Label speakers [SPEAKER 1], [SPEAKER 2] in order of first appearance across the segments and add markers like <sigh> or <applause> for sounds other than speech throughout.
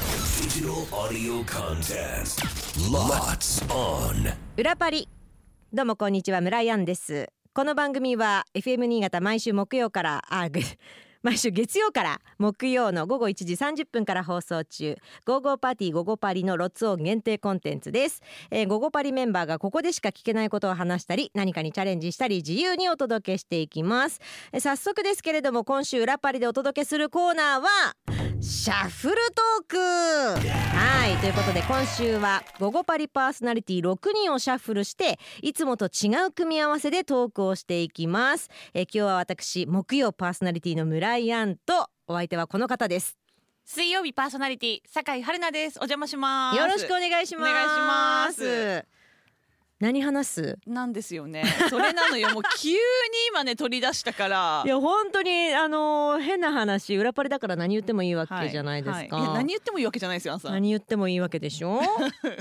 [SPEAKER 1] Digital audio contest. Lots on.
[SPEAKER 2] 裏パリどうもこんにちは村井アンですこの番組は FM 新潟毎週木曜からあぐ <laughs> 毎週月曜から木曜の午後1時30分から放送中「ゴーゴーパーティーゴゴパリ」のロッツオン限定コンテンツです、えー、ゴゴパリメンバーがここでしか聞けないことを話したり何かにチャレンジしたり自由にお届けしていきます、えー早速ですけれども今週裏パリでお届けするコーナーはシャッフルトークはいということで今週は「ゴゴパリ」パーソナリティ6人をシャッフルしていつもと違う組み合わせでトークをしていきます。えー今日は私木曜パーソナリティの村井アンとお相手はこの方です。
[SPEAKER 3] 水曜日パーソナリティ酒井春奈ですお邪魔します
[SPEAKER 2] よろしくお願いします。
[SPEAKER 3] お願いします
[SPEAKER 2] 何話す
[SPEAKER 3] なんですよねそれな
[SPEAKER 2] <laughs>
[SPEAKER 3] のよもう急に今ね取り出したから
[SPEAKER 2] いや本当にあのー変な話裏パリだから何言ってもいいわけじゃないですか、
[SPEAKER 3] はいはいや何言ってもいいわけじゃないですよあんさん
[SPEAKER 2] 何言ってもいいわけでしょ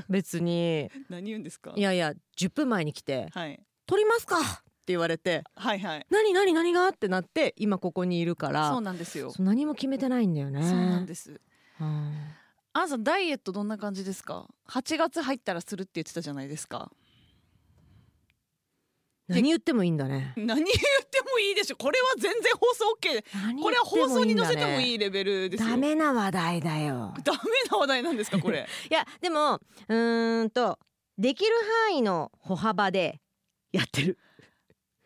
[SPEAKER 2] <laughs> 別に
[SPEAKER 3] 何言うんですか
[SPEAKER 2] いやいや10分前に来て
[SPEAKER 3] はい
[SPEAKER 2] 「撮りますか!」って言われて
[SPEAKER 3] はいはい
[SPEAKER 2] 「何何何が?」ってなって今ここにいるから
[SPEAKER 3] そうなんですよ
[SPEAKER 2] そう何も決めてないんだよね
[SPEAKER 3] そうなんです
[SPEAKER 2] うん
[SPEAKER 3] あんさんダイエットどんな感じですか8月入ったらするって言ってたじゃないですか
[SPEAKER 2] 何言ってもいいんだね。
[SPEAKER 3] 何言ってもいいでしょこれは全然放送 OK これは放送に載せてもい
[SPEAKER 2] い
[SPEAKER 3] いレベルですよ
[SPEAKER 2] ダメな話題だよ。
[SPEAKER 3] ダメな話題なんですか
[SPEAKER 2] <laughs>
[SPEAKER 3] これ
[SPEAKER 2] いやでもうーんとできる範囲の歩幅でやってる。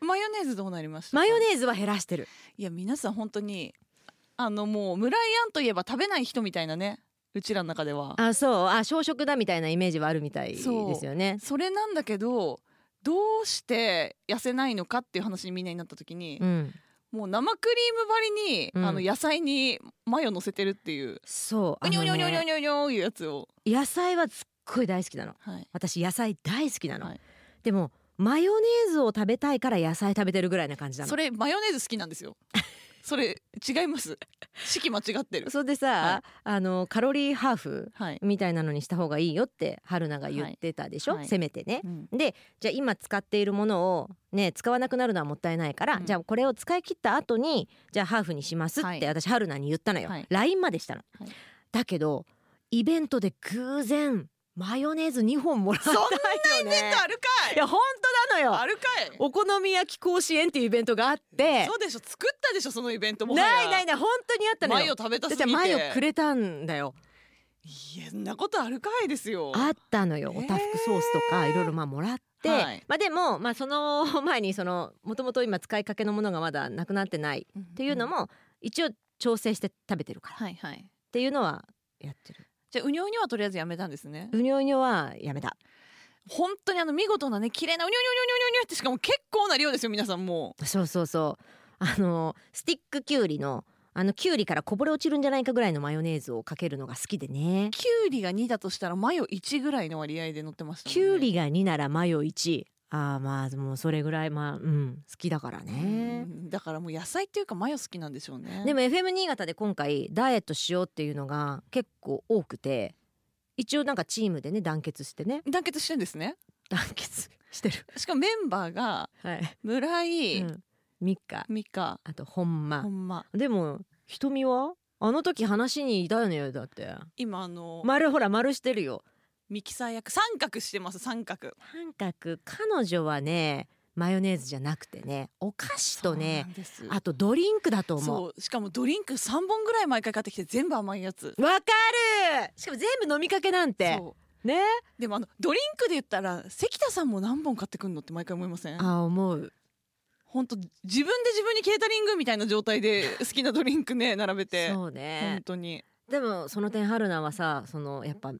[SPEAKER 3] マヨネーズどうなりました
[SPEAKER 2] マヨネーズは減らしてる。
[SPEAKER 3] いや皆さん本当にあのもう村井アンといえば食べない人みたいなねうちらの中では
[SPEAKER 2] あそうあ小食だみたいなイメージはあるみたいです
[SPEAKER 3] そう
[SPEAKER 2] よね。
[SPEAKER 3] それなんだけどどうして痩せないのかっていう話にみんなになった時に
[SPEAKER 2] う、ん
[SPEAKER 3] もう生クリーム張りに、
[SPEAKER 2] うん
[SPEAKER 3] あの野菜にマヨ乗せてるっていう
[SPEAKER 2] そう
[SPEAKER 3] う
[SPEAKER 2] あ
[SPEAKER 3] にょ
[SPEAKER 2] の
[SPEAKER 3] うにょうにょうに
[SPEAKER 2] ね
[SPEAKER 3] ょうにょうにょういうやつを、
[SPEAKER 2] 野菜はすっごい大好きなの。
[SPEAKER 3] はい、
[SPEAKER 2] 私野菜大好きなの。
[SPEAKER 3] はい
[SPEAKER 2] でもマヨネーズを食べたいから野菜食べてるぐらいな感じなの
[SPEAKER 3] そ。れマヨネーズ好きなんです
[SPEAKER 2] <laughs>
[SPEAKER 3] よそれ違います式間違ってる
[SPEAKER 2] それでさ、
[SPEAKER 3] は
[SPEAKER 2] あのカロリーハーフ
[SPEAKER 3] はい、
[SPEAKER 2] みたいなのにした方がいいよって春菜が言ってたでしょ、
[SPEAKER 3] はい
[SPEAKER 2] せめてね。
[SPEAKER 3] うん
[SPEAKER 2] でじゃあ今使っているものをね使わなくなるのはもったいないから、
[SPEAKER 3] うん
[SPEAKER 2] じゃあこれを使い切った後にじゃあハーフにしますっ
[SPEAKER 3] は
[SPEAKER 2] て
[SPEAKER 3] い
[SPEAKER 2] 私春菜に言ったのよ、
[SPEAKER 3] はい
[SPEAKER 2] LINE までしたの、
[SPEAKER 3] はい
[SPEAKER 2] だけどイベントで偶然マヨネーズ2本もらったん
[SPEAKER 3] そん
[SPEAKER 2] よ
[SPEAKER 3] な
[SPEAKER 2] ね
[SPEAKER 3] あるか
[SPEAKER 2] いや本当ないの
[SPEAKER 3] あ
[SPEAKER 2] よ
[SPEAKER 3] るかい
[SPEAKER 2] お好み焼き甲子園っていうイベントがあって
[SPEAKER 3] そうでしょ作ったでしょそのイベントもはや
[SPEAKER 2] ないないない本当にあったの
[SPEAKER 3] 前
[SPEAKER 2] よ
[SPEAKER 3] を食べたす
[SPEAKER 2] だっ
[SPEAKER 3] ぎて
[SPEAKER 2] て前をくれたんだよ
[SPEAKER 3] いやそんなことあるかいですよ
[SPEAKER 2] あったのよ
[SPEAKER 3] へー
[SPEAKER 2] おたふくソースとかいろいろまあもらって、
[SPEAKER 3] はい
[SPEAKER 2] まあでもまあその <laughs> 前にそのもともと今使いかけのものがまだなくなってない
[SPEAKER 3] っ
[SPEAKER 2] っていうの、も一応調整して食べてるからっ
[SPEAKER 3] はいはい
[SPEAKER 2] ていうのはやってる
[SPEAKER 3] じゃあうにょうにょはとりあえずやめたんですね
[SPEAKER 2] うにょうにょはやめた
[SPEAKER 3] 本当にあの見事なね綺麗なうにょうにょうにょうにょうにょうってしかも結構な量ですよ皆さんも
[SPEAKER 2] そうそうそうあのスティックきゅうりのあのきゅうりからこぼれ落ちるんじゃないかぐらいのマヨネーズをかけるのが好きでね
[SPEAKER 3] うきゅうりが2だとしたらマヨ1ぐらいの割合で乗ってましたもん
[SPEAKER 2] き
[SPEAKER 3] ね
[SPEAKER 2] ゅうりが2ならマヨ1あーまあもうそれぐらいまあうん好きだからね
[SPEAKER 3] うんだからもう野菜っていうかマヨ好きなんでしょうね
[SPEAKER 2] でも FM 新潟で今回ダイエットしようっていうのが結構多くて一応なんかチームでね団結してね
[SPEAKER 3] 団結してんですね
[SPEAKER 2] <laughs> 団結してる
[SPEAKER 3] しかもメンバーが
[SPEAKER 2] はい、
[SPEAKER 3] 村井、
[SPEAKER 2] うん、ミカ
[SPEAKER 3] 美香
[SPEAKER 2] あと本間
[SPEAKER 3] ほんま
[SPEAKER 2] でも瞳はあの時話にいたよねだって
[SPEAKER 3] 今あの、
[SPEAKER 2] 丸ほら丸してるよ
[SPEAKER 3] ミキサー役三角してます三角
[SPEAKER 2] 三角彼女はねマヨネーズじゃなくてねお菓子とねあ
[SPEAKER 3] あ
[SPEAKER 2] とドリンクだと思う
[SPEAKER 3] そうしかもドリンク三本ぐらい毎回買ってきて全部甘いやつ
[SPEAKER 2] わかるしかも全部飲みかけなんて
[SPEAKER 3] そ
[SPEAKER 2] ね
[SPEAKER 3] うでもあのドリンクで言ったら関田さんも何本買ってくんのって毎回思いません
[SPEAKER 2] あ思う
[SPEAKER 3] 本当自分で自分にケータリングみたいな状態で好きなドリンクね並べて
[SPEAKER 2] そうね
[SPEAKER 3] 本当に
[SPEAKER 2] でもその点春菜はさそのやっぱ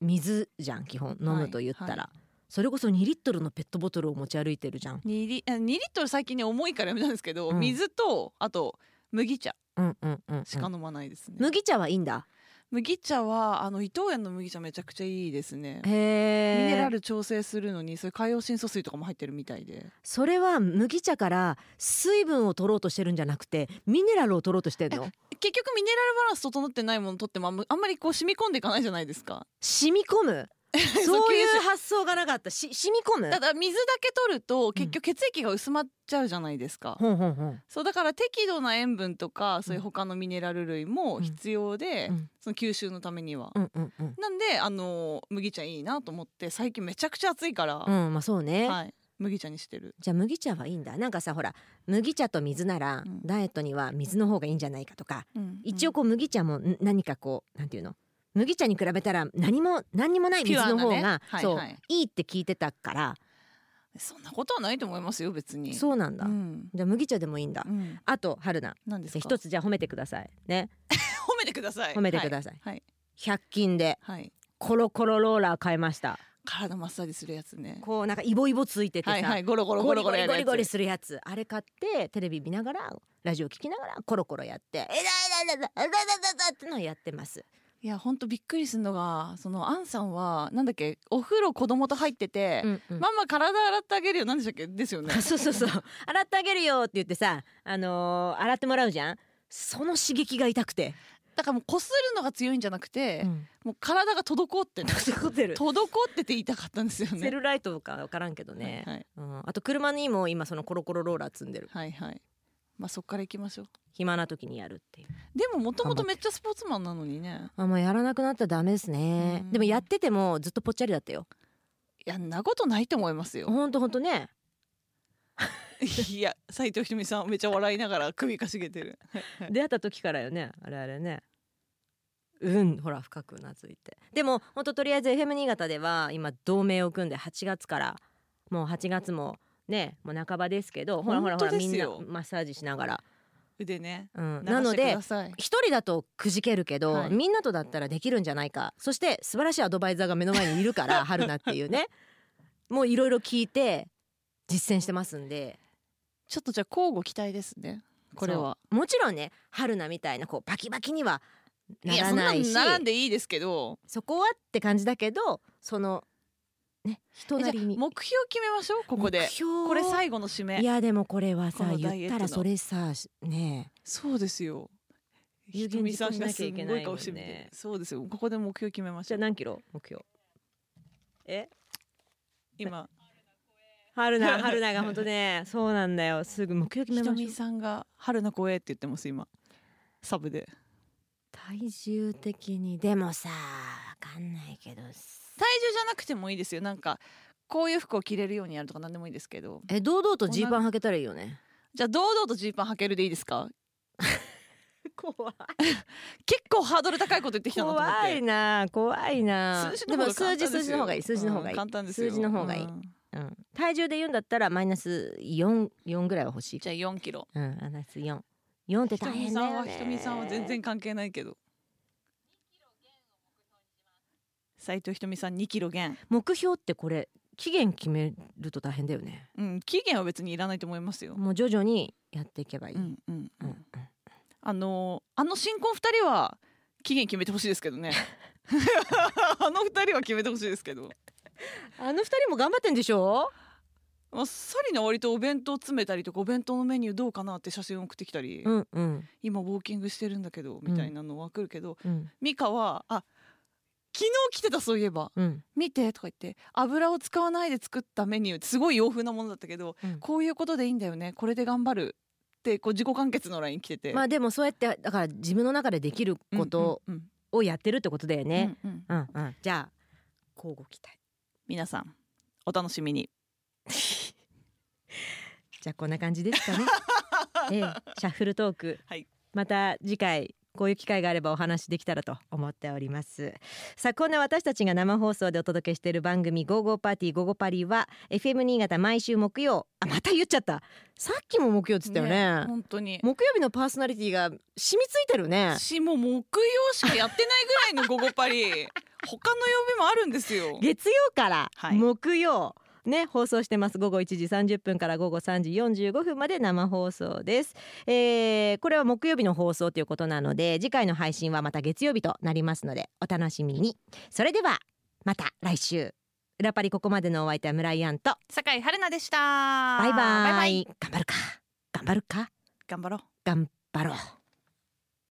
[SPEAKER 2] 水じゃん基本飲むと言ったら、
[SPEAKER 3] は
[SPEAKER 2] それこそ2リットルのペットボトルを持ち歩いてるじゃん。
[SPEAKER 3] 2リあ2リットル最近ね重いからやめたんですけど、
[SPEAKER 2] うん
[SPEAKER 3] 水とあと麦茶
[SPEAKER 2] うんうんうんうん、
[SPEAKER 3] しか飲まないですね、
[SPEAKER 2] 麦茶はいいんだ。
[SPEAKER 3] 麦茶はあの伊藤園の麦茶めちゃくちゃいいですね
[SPEAKER 2] へ
[SPEAKER 3] ミ
[SPEAKER 2] え。
[SPEAKER 3] ネラル調整するのにそれ海洋深層水とかも入ってるみたいで
[SPEAKER 2] それは麦茶から水分を取ろうとしてるんじゃなくてミネラルを取ろうとしてるの。
[SPEAKER 3] 結局ミネラルバランス整ってないもの取ってもあんまあんまりこう染み込んでいかないじゃないですか
[SPEAKER 2] 染み込む。 <laughs> そういう発想がなかったし染み込む
[SPEAKER 3] ただ水だけ取ると結局血液が薄まっちゃうじゃないですか、
[SPEAKER 2] ほんほんほん
[SPEAKER 3] そうだから適度な塩分とかそういう他のミネラル類も必要で、
[SPEAKER 2] うん
[SPEAKER 3] その吸収のためには、
[SPEAKER 2] うんうんうん
[SPEAKER 3] なんであの麦茶いいなと思って最近めちゃくちゃ暑いから、
[SPEAKER 2] うんまあそうね、
[SPEAKER 3] はい、麦茶にしてる
[SPEAKER 2] じゃあ麦茶はいいんだなんかさほら麦茶と水なら
[SPEAKER 3] うん
[SPEAKER 2] ダイエットには水の方がいいんじゃないかとか、一応
[SPEAKER 3] こ
[SPEAKER 2] こう麦茶もん何かこうなんていうの麦茶に比べたら何も何にもない水の方
[SPEAKER 3] ピュアな
[SPEAKER 2] が
[SPEAKER 3] ね、はい
[SPEAKER 2] そう、
[SPEAKER 3] はいい、
[SPEAKER 2] いって聞いてたから
[SPEAKER 3] うそんなことはないと思いますよ別に
[SPEAKER 2] そうなん
[SPEAKER 3] う
[SPEAKER 2] だ、
[SPEAKER 3] ん、
[SPEAKER 2] じゃあ麦茶でもいいんだ、
[SPEAKER 3] うん、
[SPEAKER 2] あと春菜
[SPEAKER 3] なんですか
[SPEAKER 2] 一つじゃあ褒めてくださいね
[SPEAKER 3] 褒めてください
[SPEAKER 2] 褒めてください
[SPEAKER 3] はい
[SPEAKER 2] 100均で
[SPEAKER 3] はい、はい
[SPEAKER 2] コロコロローラー買いました
[SPEAKER 3] 体マッサージするやつね
[SPEAKER 2] こうなんかイボイボついててさ、
[SPEAKER 3] はいはいゴロゴロ
[SPEAKER 2] ゴ
[SPEAKER 3] ゴ
[SPEAKER 2] リ
[SPEAKER 3] ロ
[SPEAKER 2] ゴ
[SPEAKER 3] ゴロ
[SPEAKER 2] リ
[SPEAKER 3] や
[SPEAKER 2] ゴリゴ
[SPEAKER 3] る
[SPEAKER 2] リ
[SPEAKER 3] やつ
[SPEAKER 2] するやつあれ買ってテレビ見ながらラジオ聞きながらコロコロやってえらいらいらいらいらいらいってのをやってます
[SPEAKER 3] いやほんとびっくりするのがそのアンさんはなんだっけお風呂子供と入ってて、
[SPEAKER 2] うんうん
[SPEAKER 3] ママ体洗ってあげるよなんでしたっけですよね
[SPEAKER 2] あそうそうそう洗ってあげるよって言ってさあのー洗ってもらうじゃんその刺激が痛くて、
[SPEAKER 3] <laughs> だからもうこするのが強いんじゃなくて、
[SPEAKER 2] うん、
[SPEAKER 3] もう体が滞ってね
[SPEAKER 2] 滞ってる
[SPEAKER 3] 滞ってて言いたかったんですよね
[SPEAKER 2] セルライトか分からんけどね、
[SPEAKER 3] はい
[SPEAKER 2] うん、あと車にも今そのコロコロローラー積んでる
[SPEAKER 3] はい、はいはいまあそっから行きましょう
[SPEAKER 2] 暇な時にやるっていう
[SPEAKER 3] でももともとめっちゃスポーツマンなのにね
[SPEAKER 2] あもうやらなくなったらダメですね
[SPEAKER 3] うん
[SPEAKER 2] でもやっててもずっとぽっちゃりだったよ
[SPEAKER 3] いやんなことないと思いますよ
[SPEAKER 2] ほんとほんとね
[SPEAKER 3] <laughs> いや斉藤ひとみさんめっちゃ笑いながら首かしげてる
[SPEAKER 2] <laughs> 出会った時からよねあれあれねうんほら深くうなずいてでもほんととりあえず FM 新潟では今同盟を組んで8月からもう8月もねもう半ばですけどほらほらほら
[SPEAKER 3] ほんと
[SPEAKER 2] み
[SPEAKER 3] で
[SPEAKER 2] ん
[SPEAKER 3] す
[SPEAKER 2] な
[SPEAKER 3] よ
[SPEAKER 2] マッサージしながら、
[SPEAKER 3] 腕ね
[SPEAKER 2] うん、
[SPEAKER 3] 流
[SPEAKER 2] なの
[SPEAKER 3] してく
[SPEAKER 2] で
[SPEAKER 3] ださい
[SPEAKER 2] 一人だとくじけるけど、
[SPEAKER 3] はい
[SPEAKER 2] みんなとだったらできるんじゃないかそして素晴らしいアドバイザーが目の前にいるから春菜っていう
[SPEAKER 3] <laughs>
[SPEAKER 2] ねもういろいろ聞いて実践してますんで
[SPEAKER 3] ちょっとじゃあ交互期待ですねこれは
[SPEAKER 2] そうもちろんね春菜みたいなこうバキバキにはない
[SPEAKER 3] や
[SPEAKER 2] ら
[SPEAKER 3] そん
[SPEAKER 2] な
[SPEAKER 3] ないの
[SPEAKER 2] し
[SPEAKER 3] 並んでいいですけど
[SPEAKER 2] そこはって感じだけどそのね人
[SPEAKER 3] えじ
[SPEAKER 2] な
[SPEAKER 3] ゃあ
[SPEAKER 2] りに
[SPEAKER 3] 目標決めましょうここで
[SPEAKER 2] 目標を
[SPEAKER 3] これ最後の締め
[SPEAKER 2] いやでもこれはさ
[SPEAKER 3] このダイエ
[SPEAKER 2] 言
[SPEAKER 3] ッ
[SPEAKER 2] った
[SPEAKER 3] ト
[SPEAKER 2] ら
[SPEAKER 3] の
[SPEAKER 2] それさね
[SPEAKER 3] そうですよ
[SPEAKER 2] 有
[SPEAKER 3] ひ
[SPEAKER 2] 言
[SPEAKER 3] とみさ
[SPEAKER 2] 実行
[SPEAKER 3] ん
[SPEAKER 2] しな
[SPEAKER 3] が
[SPEAKER 2] きゃ
[SPEAKER 3] す
[SPEAKER 2] いけ
[SPEAKER 3] ん
[SPEAKER 2] ないもんね
[SPEAKER 3] ごい顔してみてそうですよここで目標決めましょう
[SPEAKER 2] 何キロ目標え
[SPEAKER 3] 今
[SPEAKER 2] 春
[SPEAKER 3] <laughs>
[SPEAKER 2] 菜春菜が本当ねそうなんだよすぐ目標決
[SPEAKER 3] ひ
[SPEAKER 2] め
[SPEAKER 3] と
[SPEAKER 2] ましょ
[SPEAKER 3] み
[SPEAKER 2] う
[SPEAKER 3] さんが「春の声」って言ってます今サブで
[SPEAKER 2] 体重的にでもさわかんないけどさ
[SPEAKER 3] 体重じゃなくてもいいですよなんかこういう服を着れるようにやるとか何でもいいですけど
[SPEAKER 2] え堂々と
[SPEAKER 3] ジーパン
[SPEAKER 2] 履けたらいいよ
[SPEAKER 3] <laughs>
[SPEAKER 2] ね
[SPEAKER 3] じゃあ堂々とジーパン履けるでいいですか
[SPEAKER 2] 怖い
[SPEAKER 3] 結構ハードル高いこと言ってきたなと思って
[SPEAKER 2] 怖いな怖いな
[SPEAKER 3] 数字
[SPEAKER 2] で
[SPEAKER 3] の方
[SPEAKER 2] も
[SPEAKER 3] が
[SPEAKER 2] 数
[SPEAKER 3] 簡単
[SPEAKER 2] 字
[SPEAKER 3] です
[SPEAKER 2] 数字の
[SPEAKER 3] よ
[SPEAKER 2] 方がいい数字の方がいい、
[SPEAKER 3] うん簡単ですよ
[SPEAKER 2] 数字の方がいい
[SPEAKER 3] うん
[SPEAKER 2] うん、体重で言うんだったらマイナス4四ぐらいは欲しい
[SPEAKER 3] じゃあ4キロ
[SPEAKER 2] うんマイナス4四って
[SPEAKER 3] ひと
[SPEAKER 2] 大
[SPEAKER 3] み
[SPEAKER 2] 変
[SPEAKER 3] さ
[SPEAKER 2] だ
[SPEAKER 3] ん
[SPEAKER 2] よ
[SPEAKER 3] は
[SPEAKER 2] ね
[SPEAKER 3] ひとみさんは全然関係ないけど斉藤ひとみさん2キロ減
[SPEAKER 2] 目標ってこれ期限決めると大変だよね
[SPEAKER 3] うん期限は別にいらないと思いますよ
[SPEAKER 2] もう徐々にやっていけばいい、
[SPEAKER 3] うんう
[SPEAKER 2] う
[SPEAKER 3] んうん
[SPEAKER 2] うんん
[SPEAKER 3] あのーあの新婚二人は期限決めてほしいですけどね <laughs> あの二人は決めてほしいですけど
[SPEAKER 2] あの二人も頑張ってんでしょ
[SPEAKER 3] まあ、サリナ割とお弁当詰めたりとかお弁当のメニューどうかなって写真送ってきたり、
[SPEAKER 2] うんうん
[SPEAKER 3] 今ウォーキングしてるんだけどみたいなのは来るけど、
[SPEAKER 2] うん
[SPEAKER 3] ミカはあ昨日来てたそういえば
[SPEAKER 2] うん
[SPEAKER 3] 見てとか言って油を使わないで作ったメニューってすごい洋風なものだったけど、
[SPEAKER 2] うん
[SPEAKER 3] こういうことでいいんだよねこれで頑張るってこう自己完結のライン来てて。
[SPEAKER 2] まあでもそうやってだから自分の中でできること
[SPEAKER 3] うんうん
[SPEAKER 2] をやってるってことだよ
[SPEAKER 3] うん
[SPEAKER 2] ね、
[SPEAKER 3] うんう
[SPEAKER 2] う
[SPEAKER 3] ん
[SPEAKER 2] ん、うんじゃあ交互期待
[SPEAKER 3] 皆さんお楽しみに
[SPEAKER 2] じゃあこんな感じです <laughs> かねええシャッフルトーク、
[SPEAKER 3] はい
[SPEAKER 2] また次回こういう機会があればお話できたらと思っておりますさあこんな私たちが生放送でお届けしている番組「ゴーゴーパーティーゴーゴーパリ」は FM 新潟毎週木曜あまた言っちゃったさっきも木曜っつったよね
[SPEAKER 3] 本当に
[SPEAKER 2] 木曜日のパーソナリティが染みついてるね
[SPEAKER 3] しもう木曜しかやってないぐらいの「午後パ
[SPEAKER 2] <laughs>
[SPEAKER 3] リ」他の曜日もあるんですよ。
[SPEAKER 2] 月曜から
[SPEAKER 3] はい
[SPEAKER 2] 木曜、ね放送してます午後1時30分から午後3時45分まで生放送です、えーこれは木曜日の放送ということなので次回の配信はまた月曜日となりますのでお楽しみにそれではまた来週裏パリここまでのお相手は村井ンと
[SPEAKER 3] 酒井春菜でしたバ
[SPEAKER 2] バイバイ
[SPEAKER 3] バイバイ
[SPEAKER 2] 頑張るか頑張るか
[SPEAKER 3] 頑張ろう
[SPEAKER 2] 頑張ろう